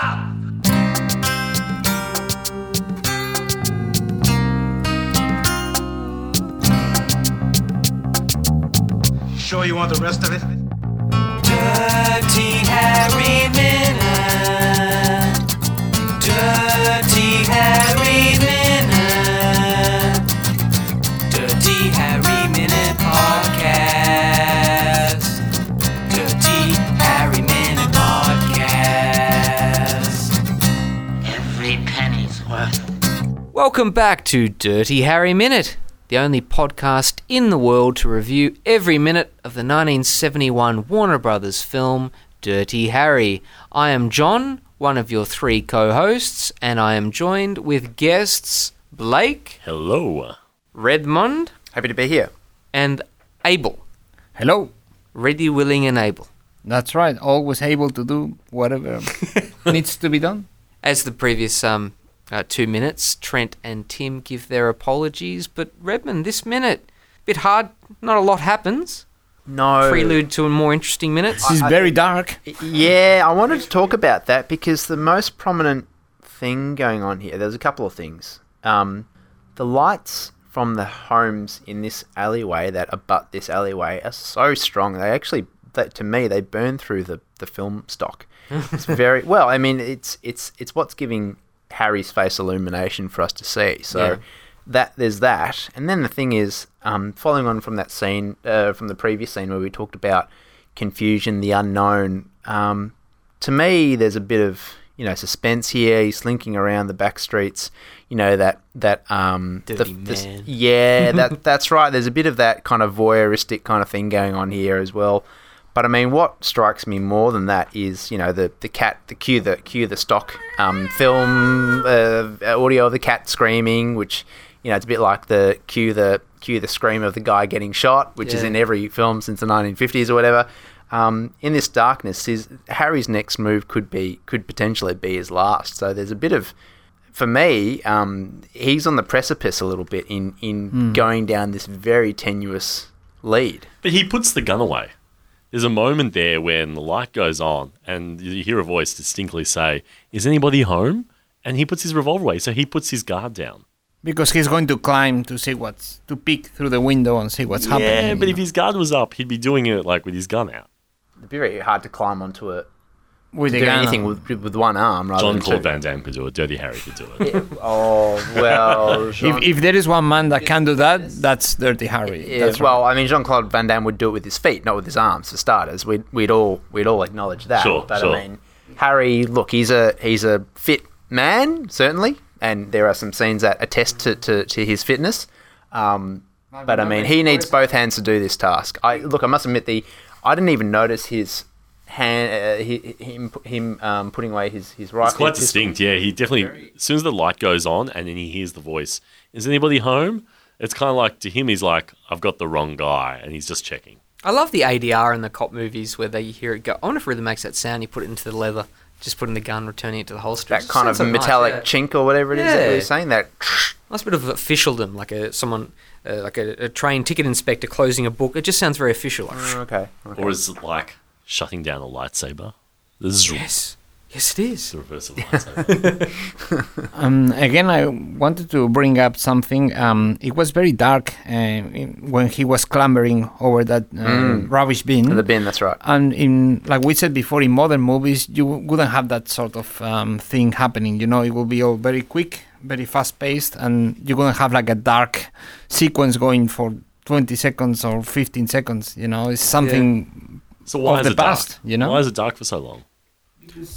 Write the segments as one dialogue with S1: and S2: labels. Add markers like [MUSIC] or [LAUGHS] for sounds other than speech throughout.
S1: Stop! Sure you want the rest of it?
S2: Dirty Harry Minute. Dirty Harry Minute. Dirty Harry Minute Podcast. Dirty Harry Minute Podcast.
S3: Every penny's worth.
S2: Welcome back to Dirty Harry Minute, the only podcast in the world to review every minute of the 1971 Warner Brothers film Dirty Harry. I am John, one of your three co hosts, and I am joined with guests Blake,
S4: Hello.
S2: Redmond,
S5: Happy to be here.
S2: and Abel.
S5: Hello.
S2: Ready, willing, and able.
S5: That's right. Always able to do whatever [LAUGHS] needs to be done.
S2: As the previous um, uh, two minutes, Trent and Tim give their apologies, but Redmond, this minute, bit hard, not a lot happens.
S6: No.
S2: prelude to more interesting minutes.
S5: This is very dark.
S6: Yeah, I wanted to talk about that because the most prominent thing going on here, there's a couple of things. Um, the lights from the homes in this alleyway that abut this alleyway are so strong. They actually, that, to me, they burn through the, the film stock. It's very well. I mean, it's it's it's what's giving Harry's face illumination for us to see. So
S2: Yeah.
S6: that there's that, and then the thing is, um, following on from that scene, uh, from the previous scene where we talked about confusion, the unknown. Um, to me, there's a bit of you know suspense here. He's slinking around the back streets. You know that that um, the-
S2: Dirty
S6: this-
S2: man. [LAUGHS]
S6: yeah, that that's right. There's a bit of that kind of voyeuristic kind of thing going on here as well. But I mean, what strikes me more than that is, you know, the, the cat, the cue, the cue, the stock um, film uh, audio of the cat screaming, which, you know, it's a bit like the cue, the cue, the scream of the guy getting shot, which is
S2: Yeah.
S6: in every film since the 1950s or whatever. Um, in this darkness, his, Harry's next move could be could potentially be his last. So there's a bit of for me, um, he's on the precipice a little bit in in going down this very tenuous lead.
S4: But he puts the gun away. There's a moment there when the light goes on and you hear a voice distinctly say, Is anybody home? And he puts his revolver away, so he puts his guard down.
S5: Because he's going to climb to see what's to peek through the window and see what's happening.
S4: yeah, but
S5: you
S4: if his guard was up, he'd be doing it like with his gun out.
S6: It'd be very hard to climb onto it.
S5: know, with
S6: Do
S5: the gun
S6: anything
S5: on.
S6: with, with one arm rather
S4: John
S6: than
S4: Claude
S6: two.
S4: Van Damme could do it, Dirty Harry could do it.
S6: Oh [LAUGHS] well,
S5: If,
S6: Jean-
S5: if there is one man that can do that, that's Dirty Harry.
S6: yeah,
S5: That's right.
S6: well, I mean, Jean Claude Van Damme would do it with his feet, not with his arms. For starters, we'd we'd all we'd all acknowledge that.
S4: Sure,
S6: but
S4: sure.
S6: I mean, Harry, look, he's a he's a fit man certainly, and there are some scenes that attest to to, to his fitness. Um, but I mean, he needs both hands to do this task. I look, I must admit, the I didn't even notice his hand, uh, hi- him him um, putting away his his rifle.
S4: It's quite
S6: his
S4: distinct, yeah. He definitely, as soon as the light goes on and then he hears the voice, Is anybody home? It's kind of like to him, he's like, I've got the wrong guy, and he's just checking.
S2: I love the ADR in the cop movies where they hear it go. I wonder if it really makes that sound. You put it into the leather, just put in the gun, returning it to the holster. It
S6: that
S2: just
S6: kind
S2: sounds
S6: of
S2: so nice,
S6: metallic
S2: yeah.
S6: chink or whatever it is that
S2: Yeah.
S6: we were saying. That [LAUGHS]
S2: Nice bit of officialdom, like a someone, uh, like a, a train ticket inspector closing a book. It just sounds very official. Like,
S6: okay.
S4: Or is it like shutting down a lightsaber? This is
S2: yes, yes, it is.
S4: the reverse of a lightsaber.
S5: Um, again, I wanted to bring up something. Um, it was very dark uh, in- when he was clambering over that uh, rubbish bin.
S6: Mm. The bin, that's right.
S5: and in like we said before in modern movies you w- wouldn't have that sort of um, thing happening you know it will be all very quick very fast paced and you wouldn't have like a dark sequence going for 20 seconds or 15 seconds you know it's something
S4: so
S5: Of
S4: why is
S5: the
S4: it dark?
S5: past, you know?
S4: Why is it dark for so long?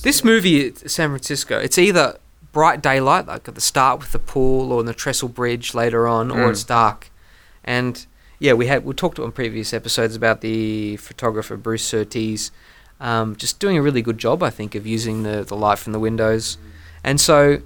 S2: This movie, it's San Francisco, it's either bright daylight, like at the start with the pool or in the trestle bridge later on, or it's dark. And yeah, we had we talked on previous episodes about the photographer Bruce Surtees, um, just doing a really good job, I think, of using the the light from the windows. And so,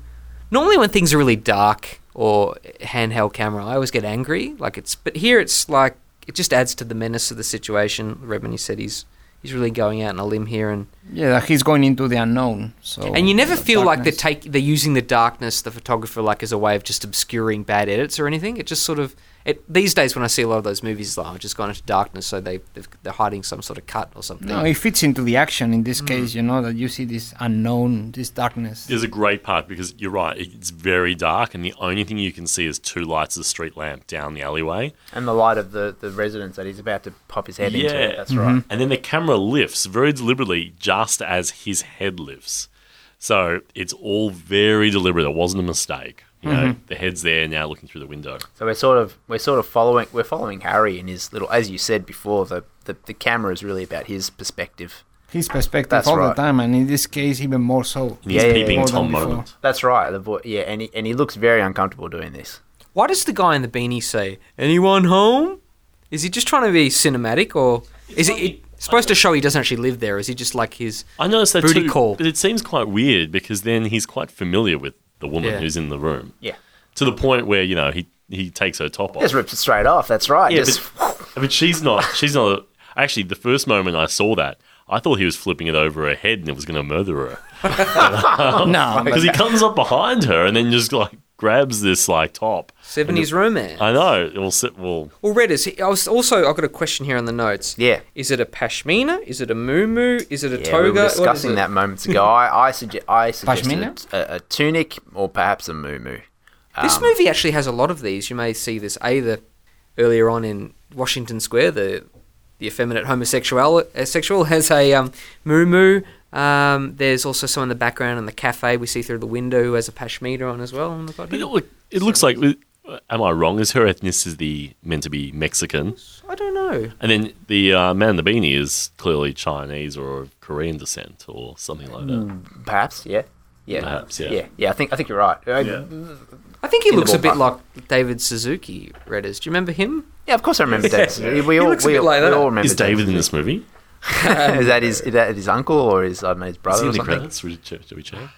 S2: normally when things are really dark or handheld camera, I always get angry. Like it's, but here it's like it just adds to the menace of the situation. Redmond, he said he's he's really going out on a limb here and.
S5: yeah that he's going into the unknown so
S6: Oh,
S2: And you never
S5: the
S2: feel like they're
S5: darkness.
S2: take they're using the darkness, the photographer, like as a way of just obscuring bad edits or anything. It just sort of It, these days, when I see a lot of those movies, it's like, oh, I've just gone into darkness, so they they've, they're hiding some sort of cut or something.
S5: No, it fits into the action in
S2: Mm.
S5: this case, you know, that you see this unknown, this darkness.
S4: There's a great part because you're right. It's very dark, and the only thing you can see is two lights of the street lamp down the alleyway.
S6: And the light of the, the residence that he's about to pop his head into. That's right.
S4: And then the camera lifts very deliberately just as his head lifts. So it's all very deliberate. It wasn't a mistake. You know, the head's there now looking through the window.
S6: So we're sort of we're sort of following we're following Harry in his little as you said before, the, the, the camera is really about his perspective.
S5: His perspective
S6: That's
S5: all
S6: right.
S5: the time, and in this case, even more so.
S4: In his
S6: Yeah, yeah,
S4: peeping
S5: yeah.
S4: Tom
S5: More than
S4: moment.
S6: That's right. The vo- yeah, and he, and he looks very uncomfortable doing this.
S2: Why does the guy in the beanie say "Anyone home"? Is he just trying to be cinematic, or is it, it supposed to show he doesn't actually live there? Is he just like his?
S4: I noticed that
S2: Booty
S4: too,
S2: call.
S4: but it seems quite weird because then he's quite familiar with the woman
S2: Yeah.
S4: who's in the room
S6: Yeah.
S4: to the point where you know he he takes her top off.
S6: Just rips it straight off. That's right.
S4: Yeah,
S6: Just-
S4: but, but she's not. She's not. Actually, the first moment I saw that, I thought he was flipping it over her head and it was going to murder her
S5: no, Um, but
S4: [LAUGHS] because he comes up behind her and then just like grabs this like top.
S2: Seventies romance.
S4: I know. It will sit. Well,
S2: Well, Reddit. I was also I've got a question here on the notes.
S6: Yeah.
S2: Is it a pashmina? Is it a muumuu? Is it a
S6: yeah,
S2: toga?
S6: we
S2: What
S6: were
S2: is
S6: discussing
S2: it?
S6: that moments ago. I I, suge- I suggested
S5: Pashmina?
S6: a, a tunic or perhaps a muumuu.
S5: Um,
S2: This movie actually has a lot of these. You may see this either earlier on in Washington Square. The the effeminate homosexual uh, sexual has a um, muumuu. Um, there's also someone in the background in the cafe we see through the window who has a pashmina on as well. Oh my God.
S4: but it, look, it looks like. uh, Am I wrong? Is her ethnicity meant to be Mexican?
S2: I don't know.
S4: And then the uh, man in the beanie is clearly Chinese or of Korean descent or something like that.
S6: Perhaps, yeah. Yeah.
S4: Perhaps, yeah.
S6: Yeah, yeah I think I think you're right. Uh, Yeah,
S2: I think he
S6: In the
S2: looks a bit
S6: ballpark.
S2: like David Suzuki. Redditors. Do you remember him?
S6: of course I remember David. We, we
S2: He
S6: all,
S2: looks a
S6: we,
S2: bit
S6: all-
S2: like
S6: we
S2: that.
S6: all remember
S4: Is David in this movie?
S6: is that his is that his uncle or his I don't know his
S4: Is
S6: brother
S4: he
S6: or
S4: in the
S6: something?
S4: credits? Should we check? Should we check?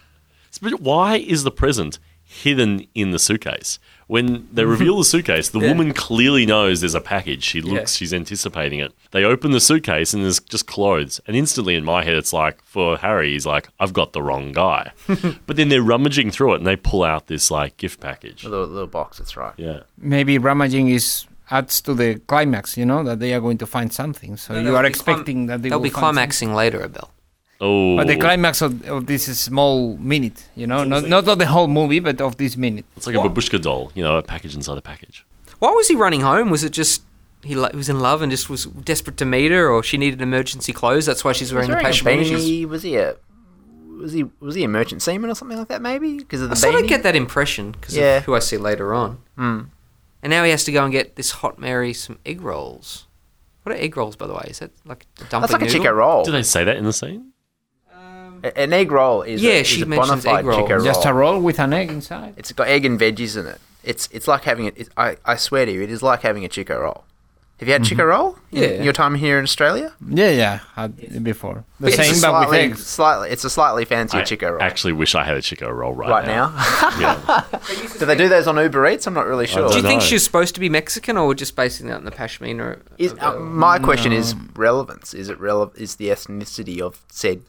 S4: So, but Why is the present hidden in the suitcase? When
S6: [LAUGHS]
S4: they reveal the suitcase, the woman clearly knows there's a package. She looks, she's anticipating it. They open the suitcase and there's just clothes. And instantly in my head, it's like, for Harry, he's like, I've got the wrong
S6: [LAUGHS]
S4: guy. but then they're rummaging through it and they pull out this like gift package.
S6: A little, little box. That's right.
S4: Yeah.
S5: maybe Ramaging is adds to the climax, you know, that they are going to find something. So Oh, you are expecting that they
S2: will
S5: will
S2: be
S5: find something.
S2: climaxing later, Abel.
S4: Oh.
S5: But the climax of, of this small minute, you know, not, not of the whole movie, but of this minute.
S4: It's like a babushka doll, you know, a package inside a package.
S2: Why was he running home? Was it just he lo- was in love and just was desperate to meet her, or she needed emergency clothes? That's why
S6: Was
S2: she's wearing the
S6: wearing a
S2: pashmina. She's-
S6: beanie? Was he a was he was he a merchant seaman or something like that? Maybe because of the
S2: I sort
S6: beanie.
S2: of get that impression because
S6: Yeah.
S2: of who I see later on.
S5: Hmm.
S2: And now he has to go and get this hot Mary some egg rolls. What are egg rolls, by the way? Is that like a dumpling?
S6: That's like a
S2: noodle?
S6: chico roll.
S4: Do they say that in the scene?
S6: A- An egg roll is
S2: Yeah,
S6: A, is
S2: she
S6: a
S2: mentions
S6: bonafide
S2: egg roll.
S6: Chico
S5: Just a
S6: roll.
S5: roll with an egg inside.
S6: It's got egg and veggies in it. It's it's like having it. It's, I I swear to you, it is like having a chico roll. Have you had chico roll? in-
S2: Yeah.
S6: in your time here in Australia.
S5: Yeah, yeah, had it before. The
S6: It's a
S5: same, but with
S6: slightly,
S5: eggs.
S6: Slightly, it's a slightly fancier
S4: I
S6: chico roll.
S4: actually wish I had a chico roll right,
S6: Right now, [LAUGHS]
S4: Yeah.
S6: do they do those on Uber Eats? I'm not really sure.
S2: Do you
S4: I
S2: think
S4: know.
S2: she was supposed to be Mexican, or we're just basing that on the pashmina?
S6: Is,
S2: of
S6: uh,
S2: the-
S6: my question is relevance. Is it relevant? Is the ethnicity of said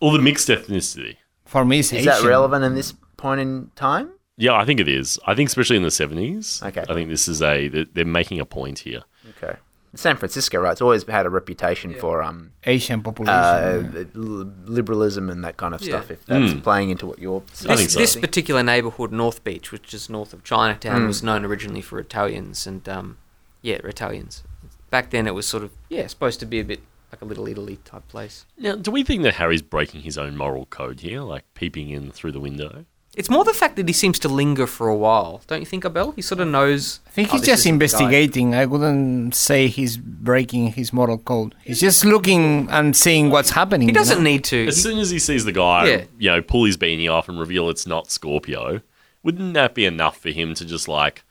S4: Or the mixed ethnicity.
S5: For me, it's
S6: is that
S5: Asian.
S6: relevant in this point in time?
S4: Yeah, I think it is. I think especially in the seventies.
S6: Okay.
S4: I think this is a they're, they're making a point here.
S6: Okay, San Francisco, right? It's always had a reputation for um
S5: Asian population.
S6: uh,
S5: yeah.
S6: li- liberalism and that kind of stuff.
S2: Yeah.
S6: If that's playing into what you're
S4: I think
S2: This,
S4: so.
S2: this particular neighbourhood, North Beach, which is north of Chinatown,
S5: Hmm.
S2: was known originally for Italians and um, yeah, Italians. Back then, it was sort of yeah, supposed to be a bit like a little Italy type place.
S4: Now, do we think that Harry's breaking his own moral code here, like peeping in through the window?
S2: It's more the fact that he seems to linger for a while, don't you think, Abel? He sort of knows.
S5: I think
S2: oh,
S5: he's
S2: this
S5: just
S2: isn't the guy.
S5: investigating. I wouldn't say he's breaking his moral code. He's just looking and seeing what's happening.
S2: He
S5: you know?
S2: doesn't need to.
S4: As soon as he sees the guy,
S2: Yeah.
S4: you know, pull his beanie off and reveal it's not Scorpio, wouldn't that be enough for him to just like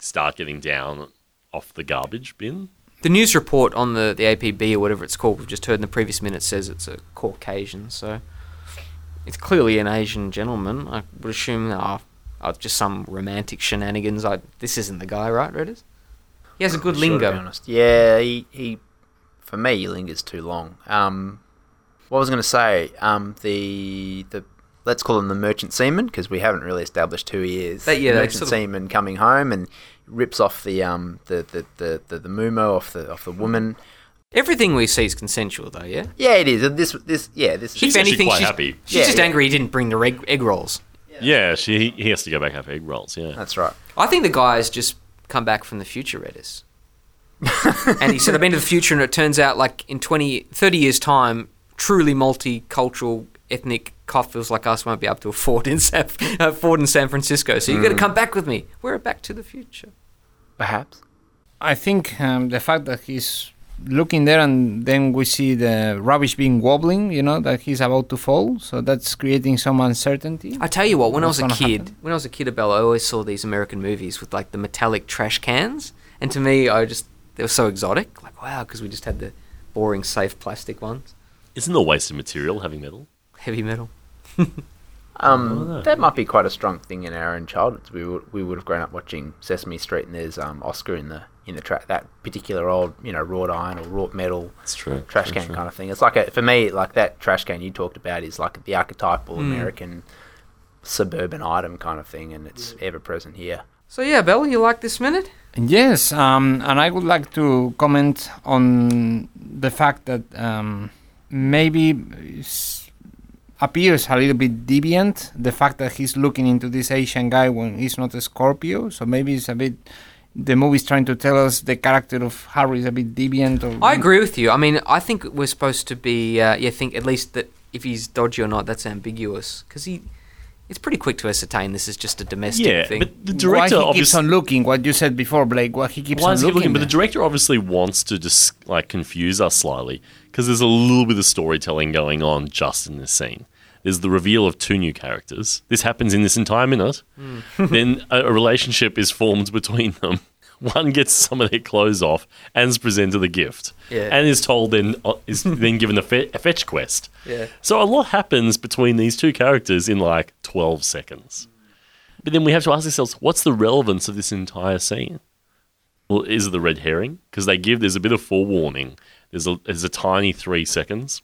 S4: start getting down off the garbage bin?
S2: The news report on the, the APB or whatever it's called, we've just heard in the previous minute, says it's a Caucasian, so it's clearly an Asian gentleman. I would assume that oh, oh, just some romantic shenanigans. I, this isn't the guy, right, Redders? He has a good
S6: Sure, to be
S2: lingo.
S6: honest. Yeah, he, he for me he lingers too long. Um, what I was going to say, um, the the let's call him the merchant seaman because we haven't really established who he is.
S2: That- yeah, they
S6: merchant
S2: sort of-
S6: seaman coming home and rips off the um the the the the, the mumo off the off the woman.
S2: Everything we see is consensual, though. Yeah.
S6: Yeah, it is. This this yeah this.
S4: She's
S2: if
S4: actually
S2: anything,
S4: quite
S2: she's,
S4: happy.
S2: she's
S6: Yeah,
S2: just
S6: yeah.
S2: angry he didn't bring the reg- egg rolls.
S4: Yeah, she he has to go back after egg rolls. Yeah,
S6: that's right.
S2: I think the guy's just come back from the future Reddit. and he said, I've been to the future, and it turns out, like, in 20, 30 years' time, truly multicultural ethnic coffers like us won't be able to afford in San, afford in San Francisco. So
S5: Mm.
S2: you've got to come back with me. We're back to the future.
S6: Perhaps.
S5: I think um, the fact that he's looking there and then we see the rubbish being wobbling, you know, that he's about to fall. So that's creating some uncertainty.
S2: I tell you what, when I was
S5: What's
S2: a
S5: gonna
S2: kid,
S5: happen?
S2: when I was a kid, Abella, I always saw these American movies with like the metallic trash cans, and to me, I just they were so exotic. Like wow, because we just had the boring, safe plastic ones.
S4: isn't the waste of material having metal?
S2: Heavy metal. Oh,
S6: Um, that might be quite a strong thing in our own childhoods. We would we would have grown up watching Sesame Street, and there's um Oscar in the in the track that particular old you know wrought iron or wrought metal
S4: That's true.
S6: trash can kind of thing. It's like a, for me like that trash can you talked about is like the archetypal
S2: Hmm.
S6: American suburban item kind of thing, and it's ever present here.
S2: So yeah, Abella, you like this minute?
S5: Yes, um, and I would like to comment on the fact that um, maybe s- appears a little bit deviant. The fact that he's looking into this Asian guy when he's not a Scorpio, so maybe it's a bit. The movie's trying to tell us the character of Harry is a bit deviant. Or
S2: I agree with you. I mean, I think we're supposed to be uh, yeah think at least that if he's dodgy or not, that's ambiguous because he. It's pretty quick to ascertain this is just a domestic
S4: Yeah,
S2: thing.
S4: but the director
S5: why he keeps
S4: obviously
S5: on looking. What you said before, Blake. Why he keeps
S4: why
S5: on
S4: is he
S5: looking?
S4: looking? But the
S5: there.
S4: director obviously wants to just like confuse us slightly because there's a little bit of storytelling going on just in this scene. There's the reveal of two new characters. This happens in this entire minute.
S5: Hmm. [LAUGHS]
S4: then a, a relationship is formed between them. [LAUGHS] One gets some of their clothes off and is presented the gift,
S2: Yeah.
S4: and is told then uh, is then given a, fe- a fetch quest.
S2: Yeah.
S4: So a lot happens between these two characters in like twelve seconds. But then we have to ask ourselves, what's the relevance of this entire scene? Well, is it the red herring? Because they give there's a bit of forewarning. There's a there's a tiny three seconds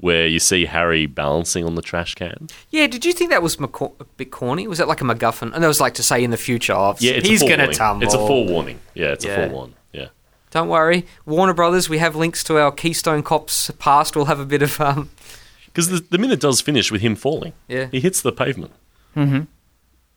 S4: where you see Harry balancing on the trash can.
S2: Yeah, did you think that was maca- a bit corny? Was that like a MacGuffin? And that was like to say in the future, oh,
S4: Yeah, it's
S2: he's
S4: a
S2: going to
S4: forewarning.
S2: tumble.
S4: It's a forewarning. Yeah, it's
S2: Yeah.
S4: a forewarn. Yeah.
S2: Don't worry, Warner Brothers. We have links to our Keystone Cops past. We'll have a bit of um.
S4: Because the, the minute does finish with him falling.
S2: Yeah.
S4: He hits the pavement. Mm-hmm.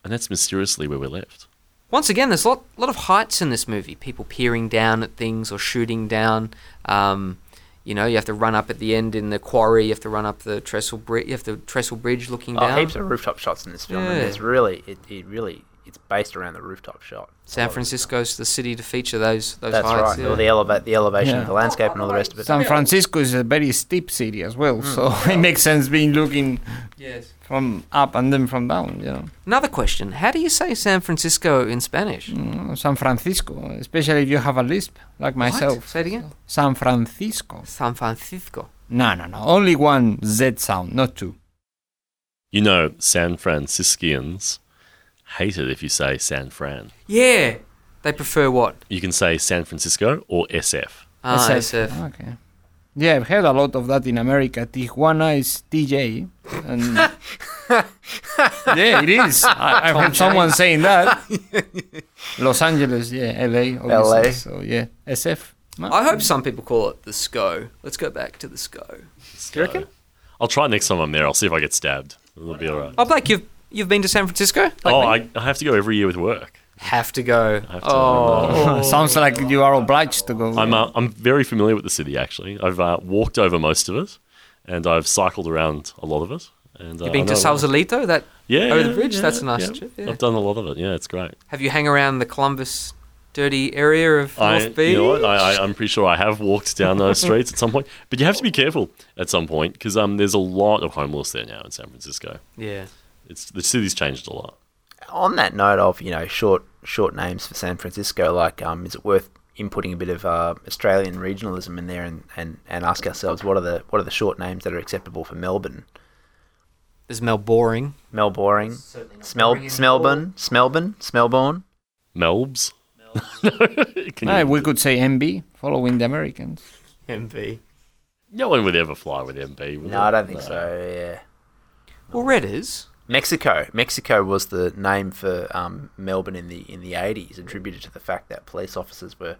S4: And that's mysteriously where we're left.
S2: Once again, there's a lot, lot of heights in this movie. People peering down at things or shooting down. Um, you know, you have to run up at the end in the quarry. You have to run up the trestle bridge. You have the trestle bridge looking
S6: Oh,
S2: down.
S6: heaps of rooftop shots in this film, and
S2: Yeah.
S6: it's really it, it really it's based around the rooftop shot.
S2: San Francisco's the city to feature those those
S6: That's
S2: heights.
S6: right. All the eleva- the elevation
S5: Yeah.
S6: of the landscape and all the rest of it.
S5: San Francisco is a very steep city as well, so [LAUGHS] it makes sense being looking
S2: Yes.
S5: from up and then from down. You know.
S2: Another question: How do you say San Francisco in Spanish?
S5: Mm, San Francisco, especially if you have a lisp like
S2: What?
S5: myself.
S2: Say it again.
S5: San Francisco.
S2: San Francisco.
S5: No, no, no. Only one Z sound, not two.
S4: You know, San Franciscans hate it if you say San Fran.
S2: Yeah. They prefer what?
S4: You can say San Francisco or SF.
S2: Ah,
S5: SF.
S2: SF.
S5: Okay. Yeah, I've heard a lot of that in America. Tijuana is TJ. And
S6: [LAUGHS]
S5: yeah, it is. I, I've heard someone
S6: [LAUGHS]
S5: saying that. Los Angeles, yeah, LA, obviously.
S6: LA.
S5: So yeah, SF. No.
S2: I hope some people call it the SCO. Let's go back to the SCO.
S4: reckon? I'll try next time I'm there. I'll see if I get stabbed. It'll be all right.
S2: Oh, Blake, you've you've been to San Francisco? Like
S4: oh,
S2: me?
S4: I, I have to go every year with work.
S2: have to go.
S4: I have to
S2: oh,
S5: [LAUGHS] Sounds like you are obliged to go.
S4: I'm uh, I'm very familiar with the city actually. I've uh, walked over most of it, and I've cycled around a lot of it. And uh,
S2: you've been
S4: I
S2: to
S4: know-
S2: Sausalito? That
S4: Yeah,
S2: over
S4: yeah,
S2: the bridge?
S4: yeah,
S2: That's a nice
S4: yeah.
S2: trip, yeah.
S4: I've done a lot of it. Yeah, it's great.
S2: have you hang around the Columbus dirty area of
S4: I,
S2: North Beach?
S4: you know what? I, I, I'm pretty sure I have walked down those streets at some point, but you have to be careful at some point because um, there's a lot of homeless there now in San Francisco.
S2: yeah.
S4: It's the city's changed a lot.
S6: on that note of you know short short names for San Francisco, like um, is it worth inputting a bit of uh, Australian regionalism in there and, and, and ask ourselves what are the what are the short names that are acceptable for Melbourne?
S2: There's Melboring.
S6: Melboring, Smel Smelburne, Smelburne, Smelbourne.
S4: Melbs. [LAUGHS] Can
S5: Ah,
S4: you-
S5: we could say MB, following the Americans.
S2: MV.
S4: no one would ever fly with MB. would
S6: No,
S4: they?
S6: I don't think so. Yeah,
S2: Well, Redders.
S6: Mexico. Mexico was the name for um, Melbourne in the in the eighties, attributed to the fact that police officers were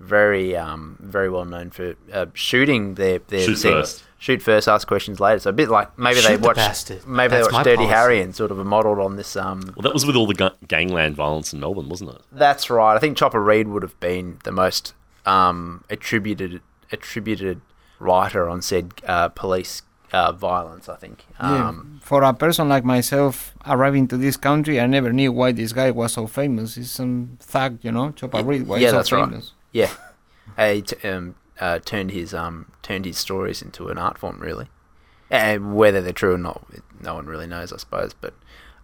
S6: very um, very well known for uh, shooting their their
S4: Shoot
S6: sec-
S4: first.
S6: shoot first, ask questions later. So a bit like maybe they
S2: Shoot the
S6: watched
S2: bastard.
S6: maybe
S2: That's
S6: they
S2: my
S6: watched Dirty
S2: policy.
S6: Harry and sort of modeled on this. Um,
S4: Well, that was with all the ga- gangland violence in Melbourne, wasn't it?
S6: that's right. I think Chopper Reed would have been the most um, attributed attributed writer on said uh, police uh, violence. I think.
S5: Yeah,
S6: Um,
S5: for a person like myself arriving to this country, I never knew why this guy was so famous. He's some thug, you know, Chopper Reed. Why
S6: yeah,
S5: he's so
S6: that's right.
S5: famous?
S6: Yeah, [LAUGHS] he t- um, uh, turned his um, turned his stories into an art form, really. And whether they're true or not, it- no one really knows, I suppose. But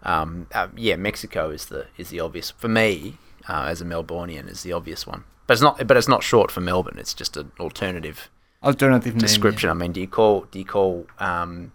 S6: um, uh, yeah, Mexico is the is the obvious for me uh, as a Melbourneian is the obvious one. But it's not. But it's not short for Melbourne. It's just an alternative
S5: Alternative name, yeah.
S6: description. I mean, do you call do you call um,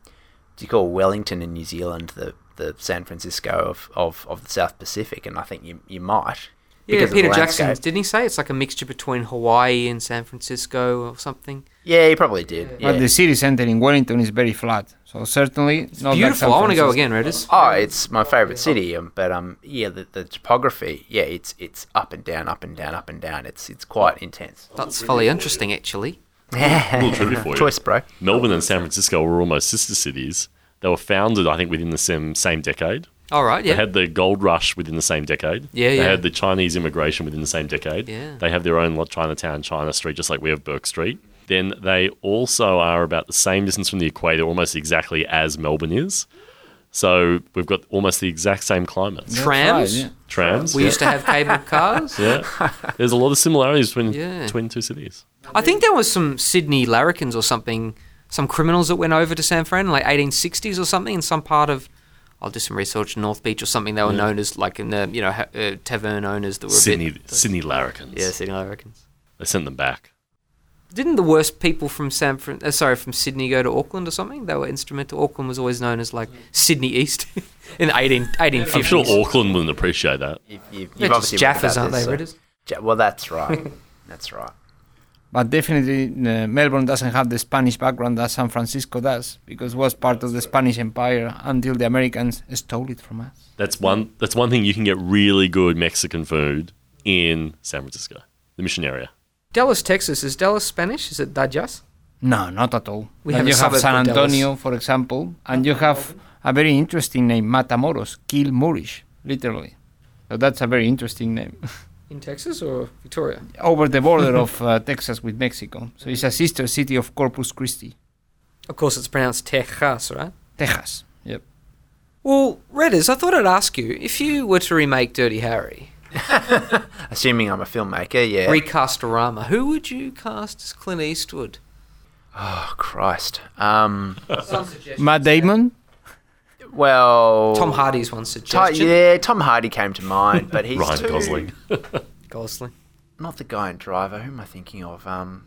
S6: do you call Wellington in New Zealand the the San Francisco of, of, of the South Pacific, and I think you you might.
S2: Yeah,
S6: because of the
S2: Peter Jackson
S6: landscape.
S2: didn't he say it's like a mixture between Hawaii and San Francisco or something?
S6: Yeah, he probably did. Yeah.
S5: But the city center in Wellington is very flat, so certainly not like
S2: Beautiful.
S5: Oh, San
S2: I want to go
S5: Francisco.
S2: again, Redis.
S6: Oh, it's my favorite city, um, but um, yeah, the, the topography, yeah, it's it's up and down, up and down, up and down. It's it's quite intense.
S2: That's fully interesting, actually.
S4: Little trivia for you.
S6: Choice, bro.
S4: Melbourne and San Francisco were almost sister cities. They were founded, I think, within the same, same decade.
S2: All right, yeah.
S4: They had the gold rush within the same decade.
S2: Yeah,
S4: they
S2: yeah.
S4: had the Chinese immigration within the same decade.
S2: Yeah.
S4: They have their own lot- Chinatown, China Street, just like we have Burke Street. Then they also are about the same distance from the equator, almost exactly as Melbourne is. So we've got almost the exact same climate.
S2: Trams.
S5: Right, yeah.
S4: Trams.
S2: We used to have cable cars.
S4: [LAUGHS] yeah. There's a lot of similarities between,
S2: Yeah.
S4: between two cities.
S2: I think there was some Sydney larrikins or something, some criminals that went over to San Fran in like 1860s or something in some part of. I'll do some research in North Beach or something. They were known as like in the you know ha- uh, tavern owners that were a
S4: Sydney,
S2: Bit,
S4: Sydney larrikins.
S2: yeah, Sydney larrikins.
S4: They sent them back.
S2: Didn't the worst people from San Fran, uh, sorry, from Sydney go to Auckland or something? They were instrumental. Auckland was always known as like Sydney East [LAUGHS] in the 18, 1850s.
S4: I'm sure Auckland wouldn't appreciate that.
S6: You've, you've,
S2: They're
S6: you've
S2: just
S6: obviously read
S2: Jaffas,
S6: about
S2: aren't
S6: this,
S2: they,
S6: so-
S2: Redders?
S6: Ja- well, that's right. [LAUGHS] that's right.
S5: But definitely, uh, Melbourne doesn't have the Spanish background that San Francisco does, because it was part of the Spanish Empire until the Americans stole it from us.
S4: That's one. That's one thing you can get really good Mexican food in San Francisco, the Mission area.
S2: Dallas, Texas. Is Dallas Spanish? Is it Dallas?
S5: No, not at all.
S2: We
S5: Then
S2: have a
S5: you have
S2: suburb
S5: San
S2: called Dallas.
S5: Antonio, for example, and you have a very interesting name, Matamoros, Kill Moorish, literally. So that's a very interesting name. [LAUGHS]
S2: In Texas or Victoria?
S5: Over the border
S2: [LAUGHS]
S5: of uh, Texas with Mexico. So it's a sister city of Corpus Christi,
S2: Of course, it's pronounced Texas, right?
S5: Texas. Yep.
S2: Well, Redders, I thought I'd ask you if you were to remake Dirty Harry,
S6: Assuming I'm a filmmaker, yeah.
S2: recast Rama, who would you cast as Clint
S4: [LAUGHS]
S2: Eastwood?
S6: oh Christ. Um.
S2: Some suggestion.
S5: Matt Damon?
S6: Well.
S2: Tom Hardy's one
S6: Ti-
S2: suggestion.
S6: yeah, Tom Hardy came to mind, but he's
S4: Ryan
S6: too,
S4: Gosling.
S2: Gosling.
S6: not the guy in Driver. Who am I thinking of? Um,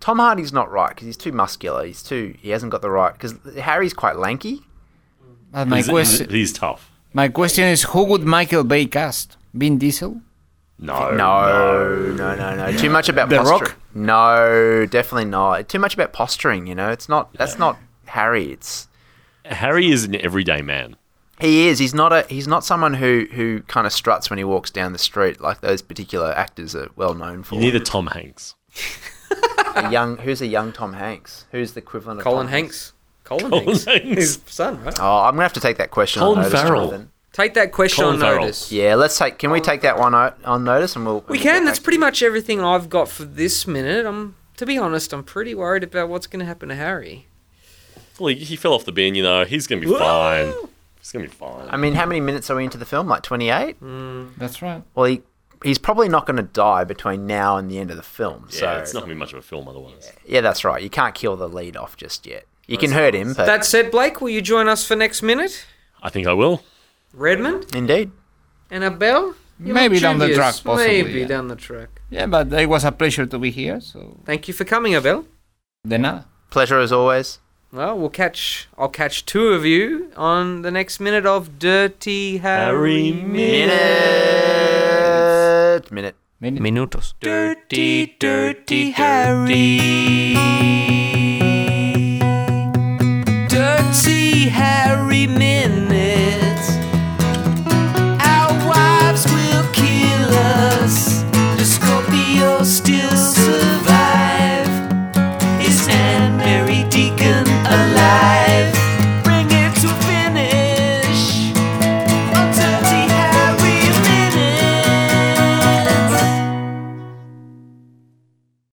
S6: Tom Hardy's not right because he's too muscular. He's too. He hasn't got the right because Harry's quite lanky.
S5: But my,
S4: he's,
S5: question,
S4: he's- he's tough.
S5: my question is who would Michael Bay cast? Vin Diesel?
S4: Oh, No,
S6: No, no, no, no. Too much about
S5: The
S6: posture.
S5: Rock?
S6: No, definitely not. Too much about posturing. You know, it's not. That's not Harry. It's
S4: Harry is an everyday man.
S6: he is. He's not a. He's not someone who who kind of struts when he walks down the street like those particular actors are well known for.
S4: You need a Tom Hanks.
S6: a young. Who's a young Tom Hanks? Who's the equivalent of
S2: Colin
S6: Tom
S2: Hanks. Colin,
S4: Colin
S2: Hanks.
S4: Hanks.
S2: His son, right?
S6: Oh, I'm gonna have to take that question. on
S4: Colin
S6: notice,
S4: Farrell.
S6: Jonathan.
S2: Take that question
S4: Colin
S2: on
S4: Farrell.
S2: notice.
S6: Yeah, let's take. Can we take that one o- on notice, and we'll.
S2: Oh. We
S6: and we'll
S2: can.
S6: get
S2: That's
S6: back-
S2: pretty much everything I've got for this minute. I'm, to be honest, I'm pretty worried about what's going to happen to Harry.
S4: Well, he, he fell off the bin. You know, he's gonna be fine. He's gonna be fine.
S6: I mean, how many minutes are we into the film? Like 28?
S2: Mm.
S5: That's right.
S6: Well, he, he's probably not going to die between now and the end of the film.
S4: yeah,
S6: so,
S4: it's not gonna be much of a film otherwise.
S6: yeah, that's right. You can't kill the lead off just yet. You can hurt him, but
S2: That said, Blake, will you join us for next minute?
S4: I think I will.
S2: Redmond?
S6: indeed.
S2: Annabelle? You look
S5: Maybe down the
S2: dubious.
S5: track, possibly,
S2: Maybe
S5: yeah.
S2: down the track.
S5: Yeah, but it was a pleasure to be here, so
S2: Thank you for coming, Abel.
S5: de nada.
S6: Pleasure as always.
S2: Well, we'll catch. I'll catch two of you on the next minute of Dirty Harry.
S4: Harry
S6: Minute. Minute.
S5: Minute.
S2: Minutos.
S7: Dirty, dirty Harry.